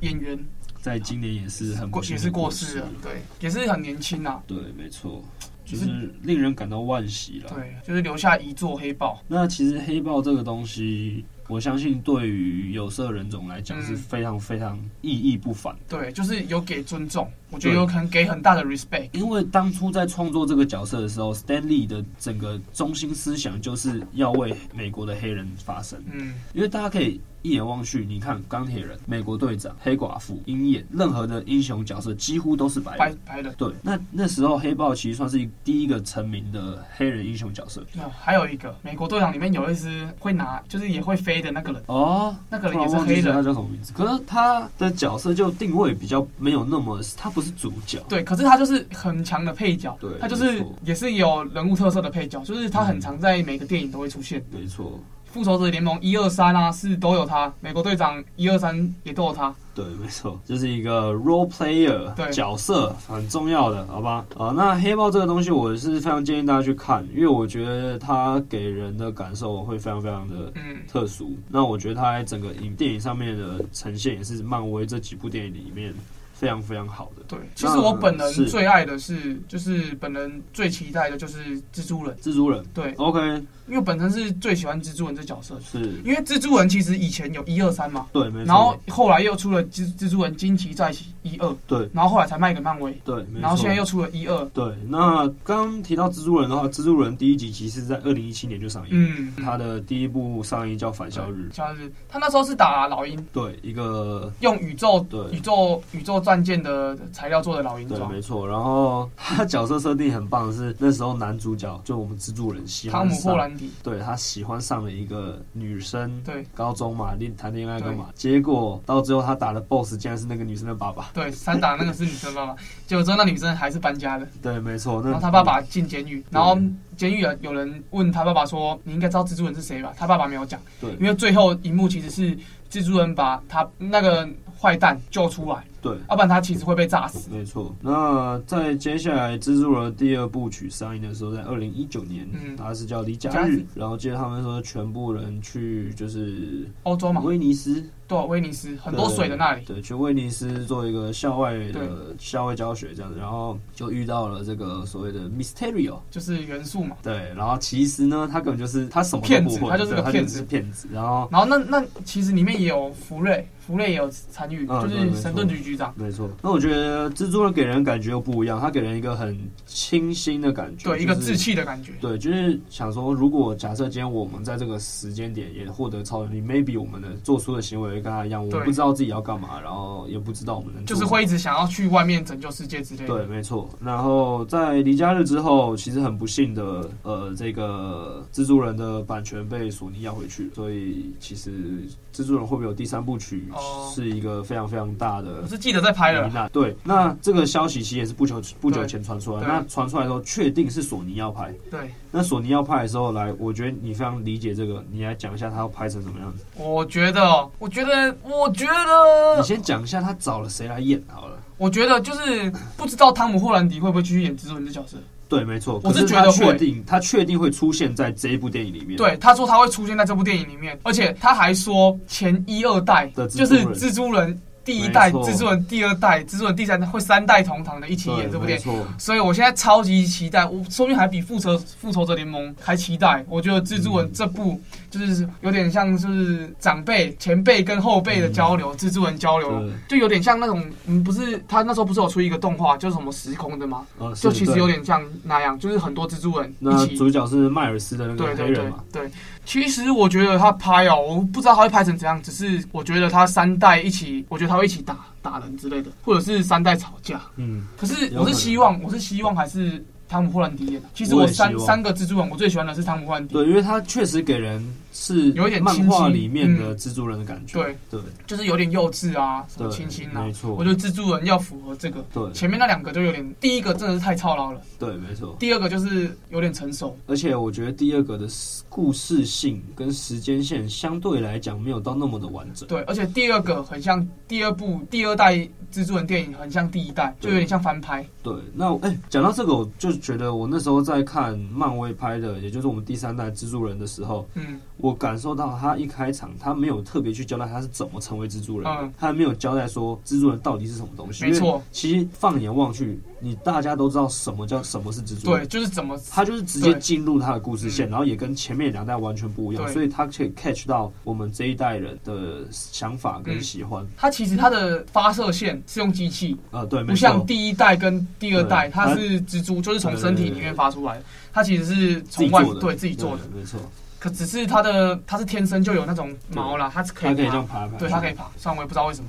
[SPEAKER 3] 演员
[SPEAKER 2] 在今年也是很
[SPEAKER 3] 过
[SPEAKER 2] 不幸
[SPEAKER 3] 也
[SPEAKER 2] 地
[SPEAKER 3] 是过
[SPEAKER 2] 过
[SPEAKER 3] 世了，对，也是很年轻啊，
[SPEAKER 2] 对，没错，就是令人感到惋惜了。
[SPEAKER 3] 对，就是留下一座黑豹。
[SPEAKER 2] 那其实黑豹这个东西，我相信对于有色人种来讲
[SPEAKER 3] 嗯
[SPEAKER 2] 是非常非常意义不凡的。
[SPEAKER 3] 对，就是有给尊重，我觉得有可能给很大的 respect。
[SPEAKER 2] 因为当初在创作这个角色的时候，Stanley 的整个中心思想就是要为美国的黑人发声。
[SPEAKER 3] 嗯，
[SPEAKER 2] 因为大家可以一眼望去，你看钢铁人、美国队长、黑寡妇、鹰眼，任何的英雄角色几乎都是白
[SPEAKER 3] 白
[SPEAKER 2] 人。
[SPEAKER 3] 白的。
[SPEAKER 2] 对，那那时候黑豹其实算是第一个成名的黑人英雄角色。
[SPEAKER 3] 那还有一个美国队长里面有一只会拿，就是也会飞的那个人，
[SPEAKER 2] 哦，
[SPEAKER 3] 那个人
[SPEAKER 2] 突然
[SPEAKER 3] 也是
[SPEAKER 2] 忘记
[SPEAKER 3] 黑人
[SPEAKER 2] 他叫什么名字？可是他的角色就定位比较没有那么，他不是主角。
[SPEAKER 3] 对，可是他就是很强的配角，
[SPEAKER 2] 对
[SPEAKER 3] 他就
[SPEAKER 2] 没
[SPEAKER 3] 是
[SPEAKER 2] 错
[SPEAKER 3] 也是有人物特色的配角，就是他很常在每个电影都会出现，《
[SPEAKER 2] 没错，
[SPEAKER 3] 复仇者联盟》一二三啊四都有他，《美国队长》一二三也都有他，
[SPEAKER 2] 对，没错，就是一个 role player
[SPEAKER 3] 对
[SPEAKER 2] 角色很重要的，好吧？啊，那黑豹这个东西，我是非常建议大家去看，因为我觉得它给人的感受会非常非常的
[SPEAKER 3] 嗯，
[SPEAKER 2] 特殊。那我觉得它在整个影电影上面的呈现，也是漫威这几部电影里面非常非常好的。
[SPEAKER 3] 对。其实
[SPEAKER 2] 那
[SPEAKER 3] 我本人
[SPEAKER 2] 是
[SPEAKER 3] 最爱的是，就是本人最期待的就是蜘蛛人，
[SPEAKER 2] 蜘蛛人
[SPEAKER 3] 对，
[SPEAKER 2] ，OK，
[SPEAKER 3] 因为我本身是最喜欢蜘蛛人这角色的，
[SPEAKER 2] 是
[SPEAKER 3] 因为蜘蛛人其实以前有一二三嘛，
[SPEAKER 2] 对，没错，
[SPEAKER 3] 然后后来又出了蜘蜘蛛人惊奇再起一二，
[SPEAKER 2] 对
[SPEAKER 3] 然后后来才卖给漫威，
[SPEAKER 2] 对，没错
[SPEAKER 3] 然后现在又出了一二，
[SPEAKER 2] 对。那刚刚提到蜘蛛人的话，蜘蛛人第一集其实在二零一七年就上映，
[SPEAKER 3] 嗯，
[SPEAKER 2] 它的第一部上映叫《返校日》。
[SPEAKER 3] 就是他那时候是打老鹰，
[SPEAKER 2] 对，一个
[SPEAKER 3] 用宇宙
[SPEAKER 2] 对
[SPEAKER 3] 宇宙宇宙战舰的材料做的老鹰
[SPEAKER 2] 对，
[SPEAKER 3] 装
[SPEAKER 2] 没，错。然后他角色设定很棒的是，那时候男主角就我们蜘蛛人喜
[SPEAKER 3] 汤
[SPEAKER 2] 欢
[SPEAKER 3] 姆霍
[SPEAKER 2] 上，
[SPEAKER 3] 兰迪，
[SPEAKER 2] 对他喜欢上了一个女生，
[SPEAKER 3] 对
[SPEAKER 2] 高中嘛，恋谈恋爱
[SPEAKER 3] 对
[SPEAKER 2] 干嘛？结果到最后他打的 BOSS 竟然是那个女生的爸爸。
[SPEAKER 3] 对，散打那个是女生 爸爸，结果之后那女生还是搬家的，
[SPEAKER 2] 对，没错。那
[SPEAKER 3] 然后他爸爸进监狱，然后监狱有有人问他爸爸说：“你应该知道蜘蛛人是谁吧？”他爸爸没有讲，
[SPEAKER 2] 对
[SPEAKER 3] 因为最后一幕其实是蜘蛛人把他那个坏蛋救出来，
[SPEAKER 2] 对。
[SPEAKER 3] 要不然他其实会被炸死。
[SPEAKER 2] 没错，那在接下来蜘蛛人第二部曲上映的时候，在二零一九年，
[SPEAKER 3] 嗯
[SPEAKER 2] 它是叫《离家
[SPEAKER 3] 家
[SPEAKER 2] 日
[SPEAKER 3] 日》，
[SPEAKER 2] 然后接着他们说全部人去就是
[SPEAKER 3] 欧洲嘛，
[SPEAKER 2] 威尼斯，
[SPEAKER 3] 对，啊威尼斯很多水的那里，
[SPEAKER 2] 对，去威尼斯做一个校外
[SPEAKER 3] 对
[SPEAKER 2] 的校外教学这样子，然后就遇到了这个所谓的 Mysterio。
[SPEAKER 3] 就是元素嘛。
[SPEAKER 2] 对，然后其实呢，他根本就是他什么都
[SPEAKER 3] 骗
[SPEAKER 2] 不
[SPEAKER 3] 子
[SPEAKER 2] 会，
[SPEAKER 3] 他就是
[SPEAKER 2] 对
[SPEAKER 3] 个
[SPEAKER 2] 他
[SPEAKER 3] 骗
[SPEAKER 2] 就是
[SPEAKER 3] 子
[SPEAKER 2] 骗子。然后
[SPEAKER 3] 然后那那其实里面也有福瑞，福瑞也有参与，
[SPEAKER 2] 嗯
[SPEAKER 3] 就
[SPEAKER 2] 对没
[SPEAKER 3] 是
[SPEAKER 2] 错
[SPEAKER 3] 神盾局局长。
[SPEAKER 2] 没错，那我觉得蜘蛛人给人感觉又不一样，他给人一个很清新的感觉，
[SPEAKER 3] 对，一个
[SPEAKER 2] 就是
[SPEAKER 3] 志。气的感觉。
[SPEAKER 2] 对，就是想说，如果假设今天我们在这个时间点也获得超能力，maybe 我们的做出的行为跟他一样，我们
[SPEAKER 3] 对
[SPEAKER 2] 不知道自己要干嘛，然后也不知道我们能
[SPEAKER 3] 就
[SPEAKER 2] 做
[SPEAKER 3] 是
[SPEAKER 2] 什么
[SPEAKER 3] 会一直想要去外面拯救世界之类的。
[SPEAKER 2] 对，没错。然后在离家日之后，其实很不幸的，呃，这个蜘蛛人的版权被索尼要回去，所以其实蜘蛛人会不会有第三部曲，
[SPEAKER 3] 哦
[SPEAKER 2] 是一个非常非常大的
[SPEAKER 3] 我是记得在拍了
[SPEAKER 2] 疑
[SPEAKER 3] 啦，
[SPEAKER 2] 难。对，那这个消息其实也是不久不久
[SPEAKER 3] 对
[SPEAKER 2] 前传出来，
[SPEAKER 3] 对
[SPEAKER 2] 那传出来的时候，确定是索尼要拍。
[SPEAKER 3] 对，
[SPEAKER 2] 那索尼要拍的时候，来，我觉得你非常理解这个，你来讲一下他要拍成什么样子。
[SPEAKER 3] 我觉得哦，我觉得，我觉
[SPEAKER 2] 你
[SPEAKER 3] 得，
[SPEAKER 2] 先讲一下他找了谁来演好了。
[SPEAKER 3] 我觉得就是不知道汤姆·霍兰迪会不会继续演蜘蛛人这角色。
[SPEAKER 2] 对，没错。
[SPEAKER 3] 我
[SPEAKER 2] 可
[SPEAKER 3] 是
[SPEAKER 2] 是
[SPEAKER 3] 觉得
[SPEAKER 2] 他确
[SPEAKER 3] 会
[SPEAKER 2] 定，他确定会出现在这一部电影里面。
[SPEAKER 3] 对，他说他会出现在这部电影里面，而且他还说前一二代
[SPEAKER 2] 的蜘蛛
[SPEAKER 3] 就
[SPEAKER 2] 人
[SPEAKER 3] 是蜘蛛人第一代、
[SPEAKER 2] 没错
[SPEAKER 3] 蜘蛛人第二代、蜘蛛人第三代会三代同堂的一起
[SPEAKER 2] 对，
[SPEAKER 3] 演这部
[SPEAKER 2] 没
[SPEAKER 3] 电影。
[SPEAKER 2] 错。
[SPEAKER 3] 所以我现在超级期待，我说不定还比复仇复仇者联盟还期待。我觉得蜘蛛
[SPEAKER 2] 嗯
[SPEAKER 3] 人这部就是有点像就是长辈前辈跟后辈的交流，蜘蛛人交流
[SPEAKER 2] 嗯对
[SPEAKER 3] 就有点像那种，嗯，不是他那时候不是有出一个动画，就是什么时空的吗？
[SPEAKER 2] 呃，
[SPEAKER 3] 就是其实
[SPEAKER 2] 对
[SPEAKER 3] 有点像那样，就是很多蜘蛛人一
[SPEAKER 2] 那
[SPEAKER 3] 起。
[SPEAKER 2] 主角是迈尔斯的那
[SPEAKER 3] 对
[SPEAKER 2] 个黑
[SPEAKER 3] 对
[SPEAKER 2] 人
[SPEAKER 3] 对
[SPEAKER 2] 嘛？
[SPEAKER 3] 对，其实我觉得他拍哦，我不知道他会拍成怎样，只是我觉得他三代一起，我觉得他会一起打打人之类的，或者是三代吵架。
[SPEAKER 2] 嗯，
[SPEAKER 3] 可是
[SPEAKER 2] 有可能
[SPEAKER 3] 我是希望，我是希望还是汤姆·霍兰迪演的。其实
[SPEAKER 2] 我
[SPEAKER 3] 我
[SPEAKER 2] 也希望
[SPEAKER 3] 三三个蜘蛛人，我最喜欢的是汤姆·霍兰迪，
[SPEAKER 2] 对，因为他确实给人是
[SPEAKER 3] 有一点
[SPEAKER 2] 漫
[SPEAKER 3] 亲
[SPEAKER 2] 画
[SPEAKER 3] 戚
[SPEAKER 2] 里面的
[SPEAKER 3] 嗯
[SPEAKER 2] 蜘蛛人的感觉。
[SPEAKER 3] 对，
[SPEAKER 2] 对
[SPEAKER 3] 就是有点幼稚啊，什么
[SPEAKER 2] 对
[SPEAKER 3] 清新啊，
[SPEAKER 2] 没错
[SPEAKER 3] 我觉得蜘蛛人要符合这个。
[SPEAKER 2] 对
[SPEAKER 3] 前面那两个就有点，第一个真的是太操劳了，
[SPEAKER 2] 对，没错。
[SPEAKER 3] 第二个就是有点成熟。
[SPEAKER 2] 而且我觉得第二个的故事性跟时间线相对来讲没有到那么的完整。
[SPEAKER 3] 对，而且第二个很像第二部第二代蜘蛛人电影，很像第一代，就有点像翻拍。
[SPEAKER 2] 对，那哎，讲到这个，我就觉得我那时候在看漫威拍的，也就是我们第三代蜘蛛人的时候，
[SPEAKER 3] 嗯，
[SPEAKER 2] 我感受到他一开场，他没有特别去交代他是怎么成为蜘蛛人的，
[SPEAKER 3] 嗯
[SPEAKER 2] 他没有交代说蜘蛛人到底是什么东西。
[SPEAKER 3] 没错
[SPEAKER 2] 因为其实放眼望去，你大家都知道什么叫什么是蜘蛛人
[SPEAKER 3] 对，，就是怎么
[SPEAKER 2] 他就是直接
[SPEAKER 3] 对
[SPEAKER 2] 进入他的故事线，
[SPEAKER 3] 嗯
[SPEAKER 2] 然后也跟前面两代完全不一样，
[SPEAKER 3] 对
[SPEAKER 2] 所以他可以 catch 到我们这一代人的想法
[SPEAKER 3] 嗯
[SPEAKER 2] 跟喜欢。
[SPEAKER 3] 它其实它的发射线是用机器，
[SPEAKER 2] 啊，对，
[SPEAKER 3] 不
[SPEAKER 2] 没
[SPEAKER 3] 像
[SPEAKER 2] 错，
[SPEAKER 3] 第一代跟第二代，
[SPEAKER 2] 对
[SPEAKER 3] 它是蜘蛛，就是从身体里面发出来的。它其实是
[SPEAKER 2] 自己
[SPEAKER 3] 从外
[SPEAKER 2] 做的，
[SPEAKER 3] 对自己做的，
[SPEAKER 2] 对，没错，
[SPEAKER 3] 可只是它的它是天生就有那种毛啦，它是可
[SPEAKER 2] 他
[SPEAKER 3] 以
[SPEAKER 2] 可以这
[SPEAKER 3] 爬
[SPEAKER 2] 样，爬来爬，
[SPEAKER 3] 对，它可以。爬。虽然我也不知道为什么，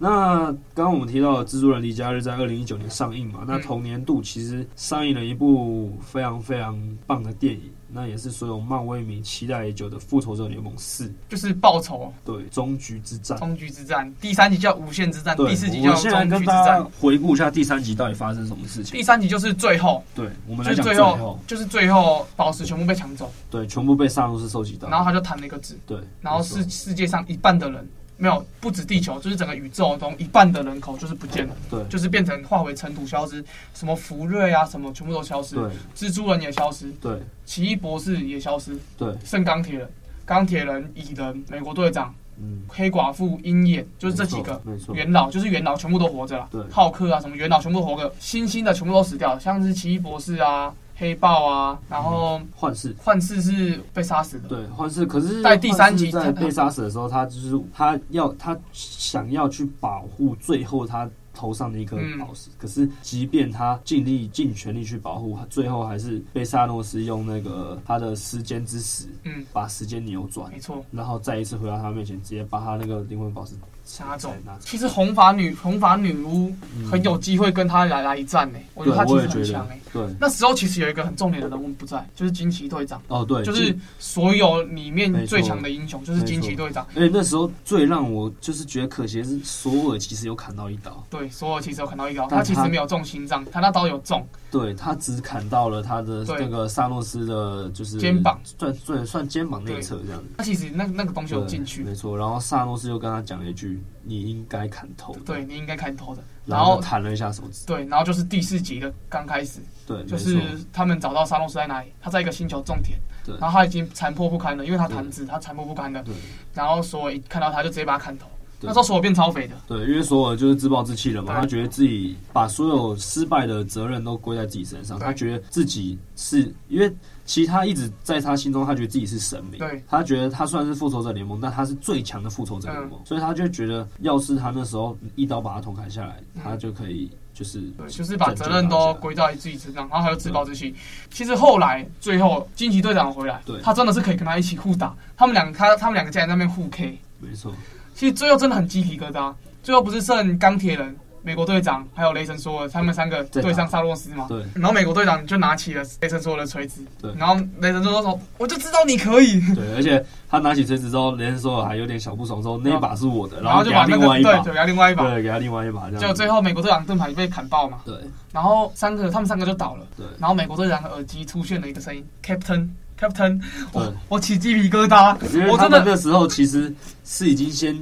[SPEAKER 2] 那刚刚我们提到《蜘蛛人离家日》在二零一九年上映嘛，那
[SPEAKER 3] 嗯
[SPEAKER 2] 同年度其实上映了一部非常非常棒的电影，那也是所有漫威迷期待已久的《复仇者联盟四》，
[SPEAKER 3] 就是报仇、
[SPEAKER 2] 对，终局之战。
[SPEAKER 3] 终局之战，第三集叫无限之战，
[SPEAKER 2] 对，
[SPEAKER 3] 哦第四集
[SPEAKER 2] 我
[SPEAKER 3] 叫
[SPEAKER 2] 们现在
[SPEAKER 3] 终局
[SPEAKER 2] 跟
[SPEAKER 3] 之
[SPEAKER 2] 大家
[SPEAKER 3] 战，
[SPEAKER 2] 回顾一下第三集到底发生什么事情
[SPEAKER 3] 第。三集就是最后，
[SPEAKER 2] 对，我们
[SPEAKER 3] 就
[SPEAKER 2] 来
[SPEAKER 3] 是
[SPEAKER 2] 讲最
[SPEAKER 3] 最
[SPEAKER 2] 后
[SPEAKER 3] 后，，就是最后宝石全部被抢走，
[SPEAKER 2] 对，全部被萨诺斯收集到，
[SPEAKER 3] 然后他就弹了一个指，
[SPEAKER 2] 对，
[SPEAKER 3] 然后
[SPEAKER 2] 没
[SPEAKER 3] 世
[SPEAKER 2] 错
[SPEAKER 3] 世界上一半的人没有，不止地球，就是整个宇宙中一半的人口就是不见了。
[SPEAKER 2] 对，
[SPEAKER 3] 就是变成化为尘土消失，什么福瑞啊，什么全部都消失，
[SPEAKER 2] 对
[SPEAKER 3] 蜘蛛人也消失，
[SPEAKER 2] 对
[SPEAKER 3] 奇异博士也消失，
[SPEAKER 2] 对，
[SPEAKER 3] 剩钢铁人、钢铁人、蚁人、美国队长、
[SPEAKER 2] 嗯，
[SPEAKER 3] 黑寡妇、鹰眼，就是这几个
[SPEAKER 2] 没错，没错
[SPEAKER 3] 元老，就是元老全部都活着了
[SPEAKER 2] 对，
[SPEAKER 3] 浩克啊什么元老全部都活着，新兴的全部都死掉了，像是奇异博士啊、黑豹啊，然后
[SPEAKER 2] 幻视。
[SPEAKER 3] 幻视是被杀死
[SPEAKER 2] 嗯
[SPEAKER 3] 的，
[SPEAKER 2] 对，幻视可是
[SPEAKER 3] 在第三集
[SPEAKER 2] 幻视在被杀死的时候，他就是他要他想要去保护最后他头上的一颗
[SPEAKER 3] 嗯
[SPEAKER 2] 宝石，可是即便他尽力尽全力去保护，他最后还是被萨诺斯用那个他的时间之石
[SPEAKER 3] 嗯，
[SPEAKER 2] 把时间扭转
[SPEAKER 3] 没，错，
[SPEAKER 2] 然后再一次回到他面前，直接把他那个灵魂宝石
[SPEAKER 3] 杀走
[SPEAKER 2] 拿走。
[SPEAKER 3] 其实红发女红发女巫很有机会跟他来来一战呢、我觉
[SPEAKER 2] 对，
[SPEAKER 3] 得他其
[SPEAKER 2] 我
[SPEAKER 3] 实
[SPEAKER 2] 也觉
[SPEAKER 3] 很强
[SPEAKER 2] 得
[SPEAKER 3] 哎、
[SPEAKER 2] 对。
[SPEAKER 3] 那时候其实有一个很重点的人物不在，就是惊奇队长，
[SPEAKER 2] 哦，对，
[SPEAKER 3] 就是所有里面最强的英雄就是
[SPEAKER 2] 没错
[SPEAKER 3] 惊奇队长。
[SPEAKER 2] 而且那时候最让我就是觉得可惜的是，索尔其实有砍到一刀，
[SPEAKER 3] 对，所有其实有砍到一刀，
[SPEAKER 2] 但
[SPEAKER 3] 他其
[SPEAKER 2] 他
[SPEAKER 3] 实没有中心脏，他那刀有中，
[SPEAKER 2] 对他只砍到了他的
[SPEAKER 3] 对
[SPEAKER 2] 那个萨诺斯的，就是
[SPEAKER 3] 肩膀，
[SPEAKER 2] 算算算肩膀内侧这样子。
[SPEAKER 3] 他其实那那个东西有进去
[SPEAKER 2] 对，没错。然后萨诺斯又跟他讲了一句：“你应该砍头。”
[SPEAKER 3] 对，你应该砍头的。
[SPEAKER 2] 然
[SPEAKER 3] 然
[SPEAKER 2] 后
[SPEAKER 3] 后
[SPEAKER 2] 就弹了一下手指。
[SPEAKER 3] 对，然后就是第四集的刚开始，
[SPEAKER 2] 对，
[SPEAKER 3] 就
[SPEAKER 2] 没
[SPEAKER 3] 是
[SPEAKER 2] 错
[SPEAKER 3] 他们找到沙洛斯在哪里，他在一个星球种田
[SPEAKER 2] 对，
[SPEAKER 3] 然后他已经残破不堪了，因为他弹指，他残破不堪的，
[SPEAKER 2] 对
[SPEAKER 3] 然后所有一看到他就直接把他砍头。
[SPEAKER 2] 对
[SPEAKER 3] 那时候所有变超肥的，
[SPEAKER 2] 对，因为索尔就是自暴自弃了嘛，
[SPEAKER 3] 对
[SPEAKER 2] 他觉得自己把所有失败的责任都归在自己身上，
[SPEAKER 3] 对
[SPEAKER 2] 他觉得自己是因为其实他一直在他心中，他觉得自己是神明，
[SPEAKER 3] 对，
[SPEAKER 2] 他觉得他虽然是复仇者联盟，但他是最强的复仇者联
[SPEAKER 3] 嗯
[SPEAKER 2] 盟，所以他就觉得，要是他那时候一刀把他头砍下来，
[SPEAKER 3] 嗯
[SPEAKER 2] 他就可以就是
[SPEAKER 3] 对，就是把责任都归到自己身上，然后还有自暴自弃。其实后来最后惊奇队长回来
[SPEAKER 2] 对，
[SPEAKER 3] 他真的是可以跟他一起互打，他们两个他他们两个竟然在那边互 K，
[SPEAKER 2] 没错，
[SPEAKER 3] 其实最后真的很鸡皮疙瘩。最后不是剩钢铁人、美国队长还有雷神索尔他们三个
[SPEAKER 2] 在打
[SPEAKER 3] 对上萨洛斯嘛？
[SPEAKER 2] 对
[SPEAKER 3] 然后美国队长就拿起了雷神索尔的锤子，
[SPEAKER 2] 对
[SPEAKER 3] 然后雷神就说：“我就知道你可以。
[SPEAKER 2] 对，而且他拿起锤子之后，雷神索尔还有点小不爽，说那一把是我的，”
[SPEAKER 3] 然
[SPEAKER 2] 后
[SPEAKER 3] 后
[SPEAKER 2] 给
[SPEAKER 3] 就
[SPEAKER 2] 他
[SPEAKER 3] 把那
[SPEAKER 2] 另
[SPEAKER 3] 个
[SPEAKER 2] 外一把
[SPEAKER 3] 对，对，给他另外一把。
[SPEAKER 2] 对，给他另外一把，这样子，
[SPEAKER 3] 就最后美国队长盾牌被砍爆嘛，
[SPEAKER 2] 对
[SPEAKER 3] 然后三个他们三个就倒了。
[SPEAKER 2] 对
[SPEAKER 3] 然后美国队长的耳机出现了一个声音：“Captain。” Captain，
[SPEAKER 2] 对
[SPEAKER 3] 我我起鸡皮疙瘩
[SPEAKER 2] 因，为
[SPEAKER 3] 我
[SPEAKER 2] 他
[SPEAKER 3] 真
[SPEAKER 2] 们
[SPEAKER 3] 的
[SPEAKER 2] 那时候其实是已经先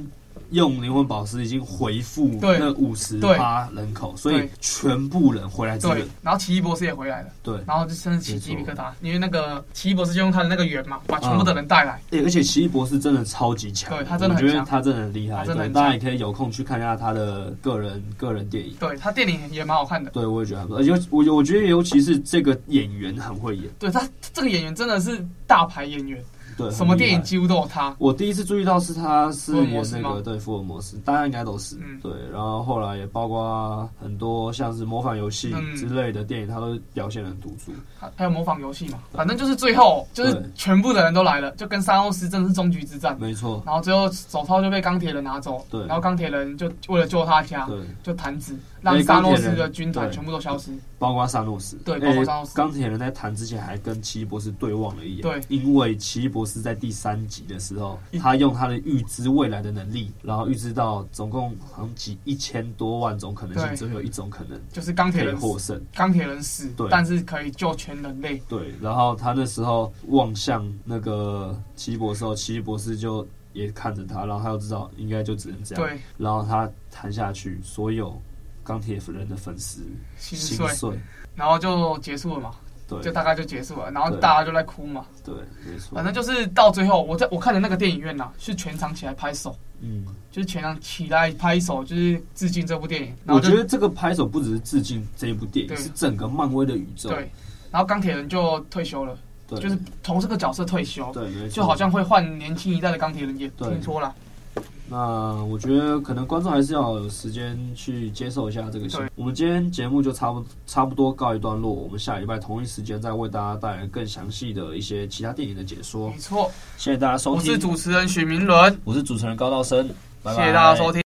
[SPEAKER 2] 用灵魂宝石已经回复
[SPEAKER 3] 对
[SPEAKER 2] 那五十
[SPEAKER 3] 对
[SPEAKER 2] 趴人口，所以
[SPEAKER 3] 对
[SPEAKER 2] 全部人回来支
[SPEAKER 3] 对
[SPEAKER 2] 援。，
[SPEAKER 3] 然后奇异博士也回来了，
[SPEAKER 2] 对，
[SPEAKER 3] 然后就真的起鸡皮疙瘩，因为那个奇异博士就用他的那个圆嘛，把全部的人带来，
[SPEAKER 2] 诶而且奇异博士真的超级强，
[SPEAKER 3] 对他真的
[SPEAKER 2] 我
[SPEAKER 3] 很
[SPEAKER 2] 觉得
[SPEAKER 3] 强
[SPEAKER 2] 他真的很厉害。
[SPEAKER 3] 他真
[SPEAKER 2] 对，
[SPEAKER 3] 的很
[SPEAKER 2] 大家也
[SPEAKER 3] 强
[SPEAKER 2] 可以有空去看一下他的个人个人电影。
[SPEAKER 3] 对他电影也蛮好看的，
[SPEAKER 2] 对，我也觉得还不错，而且我我觉得尤其是这个演员很会演，
[SPEAKER 3] 对他这个演员真的是大牌演员，
[SPEAKER 2] 对，
[SPEAKER 3] 什么
[SPEAKER 2] 很厉
[SPEAKER 3] 电影
[SPEAKER 2] 害
[SPEAKER 3] 几乎都有他。
[SPEAKER 2] 我第一次注意到是他是
[SPEAKER 3] 福尔
[SPEAKER 2] 演
[SPEAKER 3] 摩斯
[SPEAKER 2] 那个
[SPEAKER 3] 吗
[SPEAKER 2] 对福尔摩斯，大家应该都是、
[SPEAKER 3] 嗯
[SPEAKER 2] 对，然后后来也包括很多像是模仿游戏
[SPEAKER 3] 嗯
[SPEAKER 2] 之类的电影，他都表现得很突出。
[SPEAKER 3] 还还有模仿游戏嘛，反正就是最后就是
[SPEAKER 2] 对
[SPEAKER 3] 全部的人都来了，就跟沙欧斯真的是终局之战，
[SPEAKER 2] 没错，
[SPEAKER 3] 然后最后手套就被钢铁人拿走，
[SPEAKER 2] 对
[SPEAKER 3] 然后钢铁人就为了救他家，
[SPEAKER 2] 对，
[SPEAKER 3] 就弹指
[SPEAKER 2] 因
[SPEAKER 3] 让
[SPEAKER 2] 为
[SPEAKER 3] 沙
[SPEAKER 2] 钢铁
[SPEAKER 3] 洛
[SPEAKER 2] 人
[SPEAKER 3] 斯的军团
[SPEAKER 2] 对
[SPEAKER 3] 全部都消失，
[SPEAKER 2] 包括萨诺斯，
[SPEAKER 3] 对包括萨诺斯
[SPEAKER 2] 诶钢铁人在谈之前还跟奇异博士对望了一眼，
[SPEAKER 3] 对嗯
[SPEAKER 2] 因为奇异博士在第三集的时候，他用他的预知未来的能力，然后预知到总共好像几一千多万种可能性，
[SPEAKER 3] 对
[SPEAKER 2] 只有一种可能
[SPEAKER 3] 就是钢
[SPEAKER 2] 可
[SPEAKER 3] 铁
[SPEAKER 2] 以
[SPEAKER 3] 人
[SPEAKER 2] 获
[SPEAKER 3] 死，
[SPEAKER 2] 胜。
[SPEAKER 3] 钢铁人死
[SPEAKER 2] 对，
[SPEAKER 3] 但是可以救全人类，
[SPEAKER 2] 对，然后他那时候望向那个奇异博士后，奇异博士就也看着他，然后他就知道应该就只能这样。，
[SPEAKER 3] 对，
[SPEAKER 2] 然后他弹下去，所有钢铁人的粉丝
[SPEAKER 3] 心
[SPEAKER 2] 心
[SPEAKER 3] 碎，
[SPEAKER 2] 碎。
[SPEAKER 3] 然后就结束了嘛。
[SPEAKER 2] 对
[SPEAKER 3] 就
[SPEAKER 2] 对
[SPEAKER 3] 大概就结束了，然后
[SPEAKER 2] 对
[SPEAKER 3] 大家就在哭嘛。
[SPEAKER 2] 对，没错
[SPEAKER 3] 反，正就是到最后，我在我看的那个电影院呐、是全场起来拍手，
[SPEAKER 2] 嗯，
[SPEAKER 3] 就是全场起来拍手，就是致敬这部电影。然
[SPEAKER 2] 我
[SPEAKER 3] 后就
[SPEAKER 2] 觉得这个拍手不只是致敬这一部电影，
[SPEAKER 3] 对
[SPEAKER 2] 是整个漫威的宇宙，
[SPEAKER 3] 对，然后钢铁人就退休了，
[SPEAKER 2] 哦对，
[SPEAKER 3] 就是从这个角色退休，
[SPEAKER 2] 对，没错
[SPEAKER 3] 就好像会换年轻一代的钢铁人，也
[SPEAKER 2] 对
[SPEAKER 3] 听说了。
[SPEAKER 2] 那我觉得可能观众还是要有时间去接受一下这个新闻
[SPEAKER 3] 对。
[SPEAKER 2] 我们今天节目就差不差不多告一段落，我们下礼拜同一时间再为大家带来更详细的一些其他电影的解说
[SPEAKER 3] 没。错，
[SPEAKER 2] 谢谢大家收
[SPEAKER 3] 我
[SPEAKER 2] 听，
[SPEAKER 3] 是主持人许明伦，
[SPEAKER 2] 我是主持人高道生，拜拜
[SPEAKER 3] 谢谢大家收听。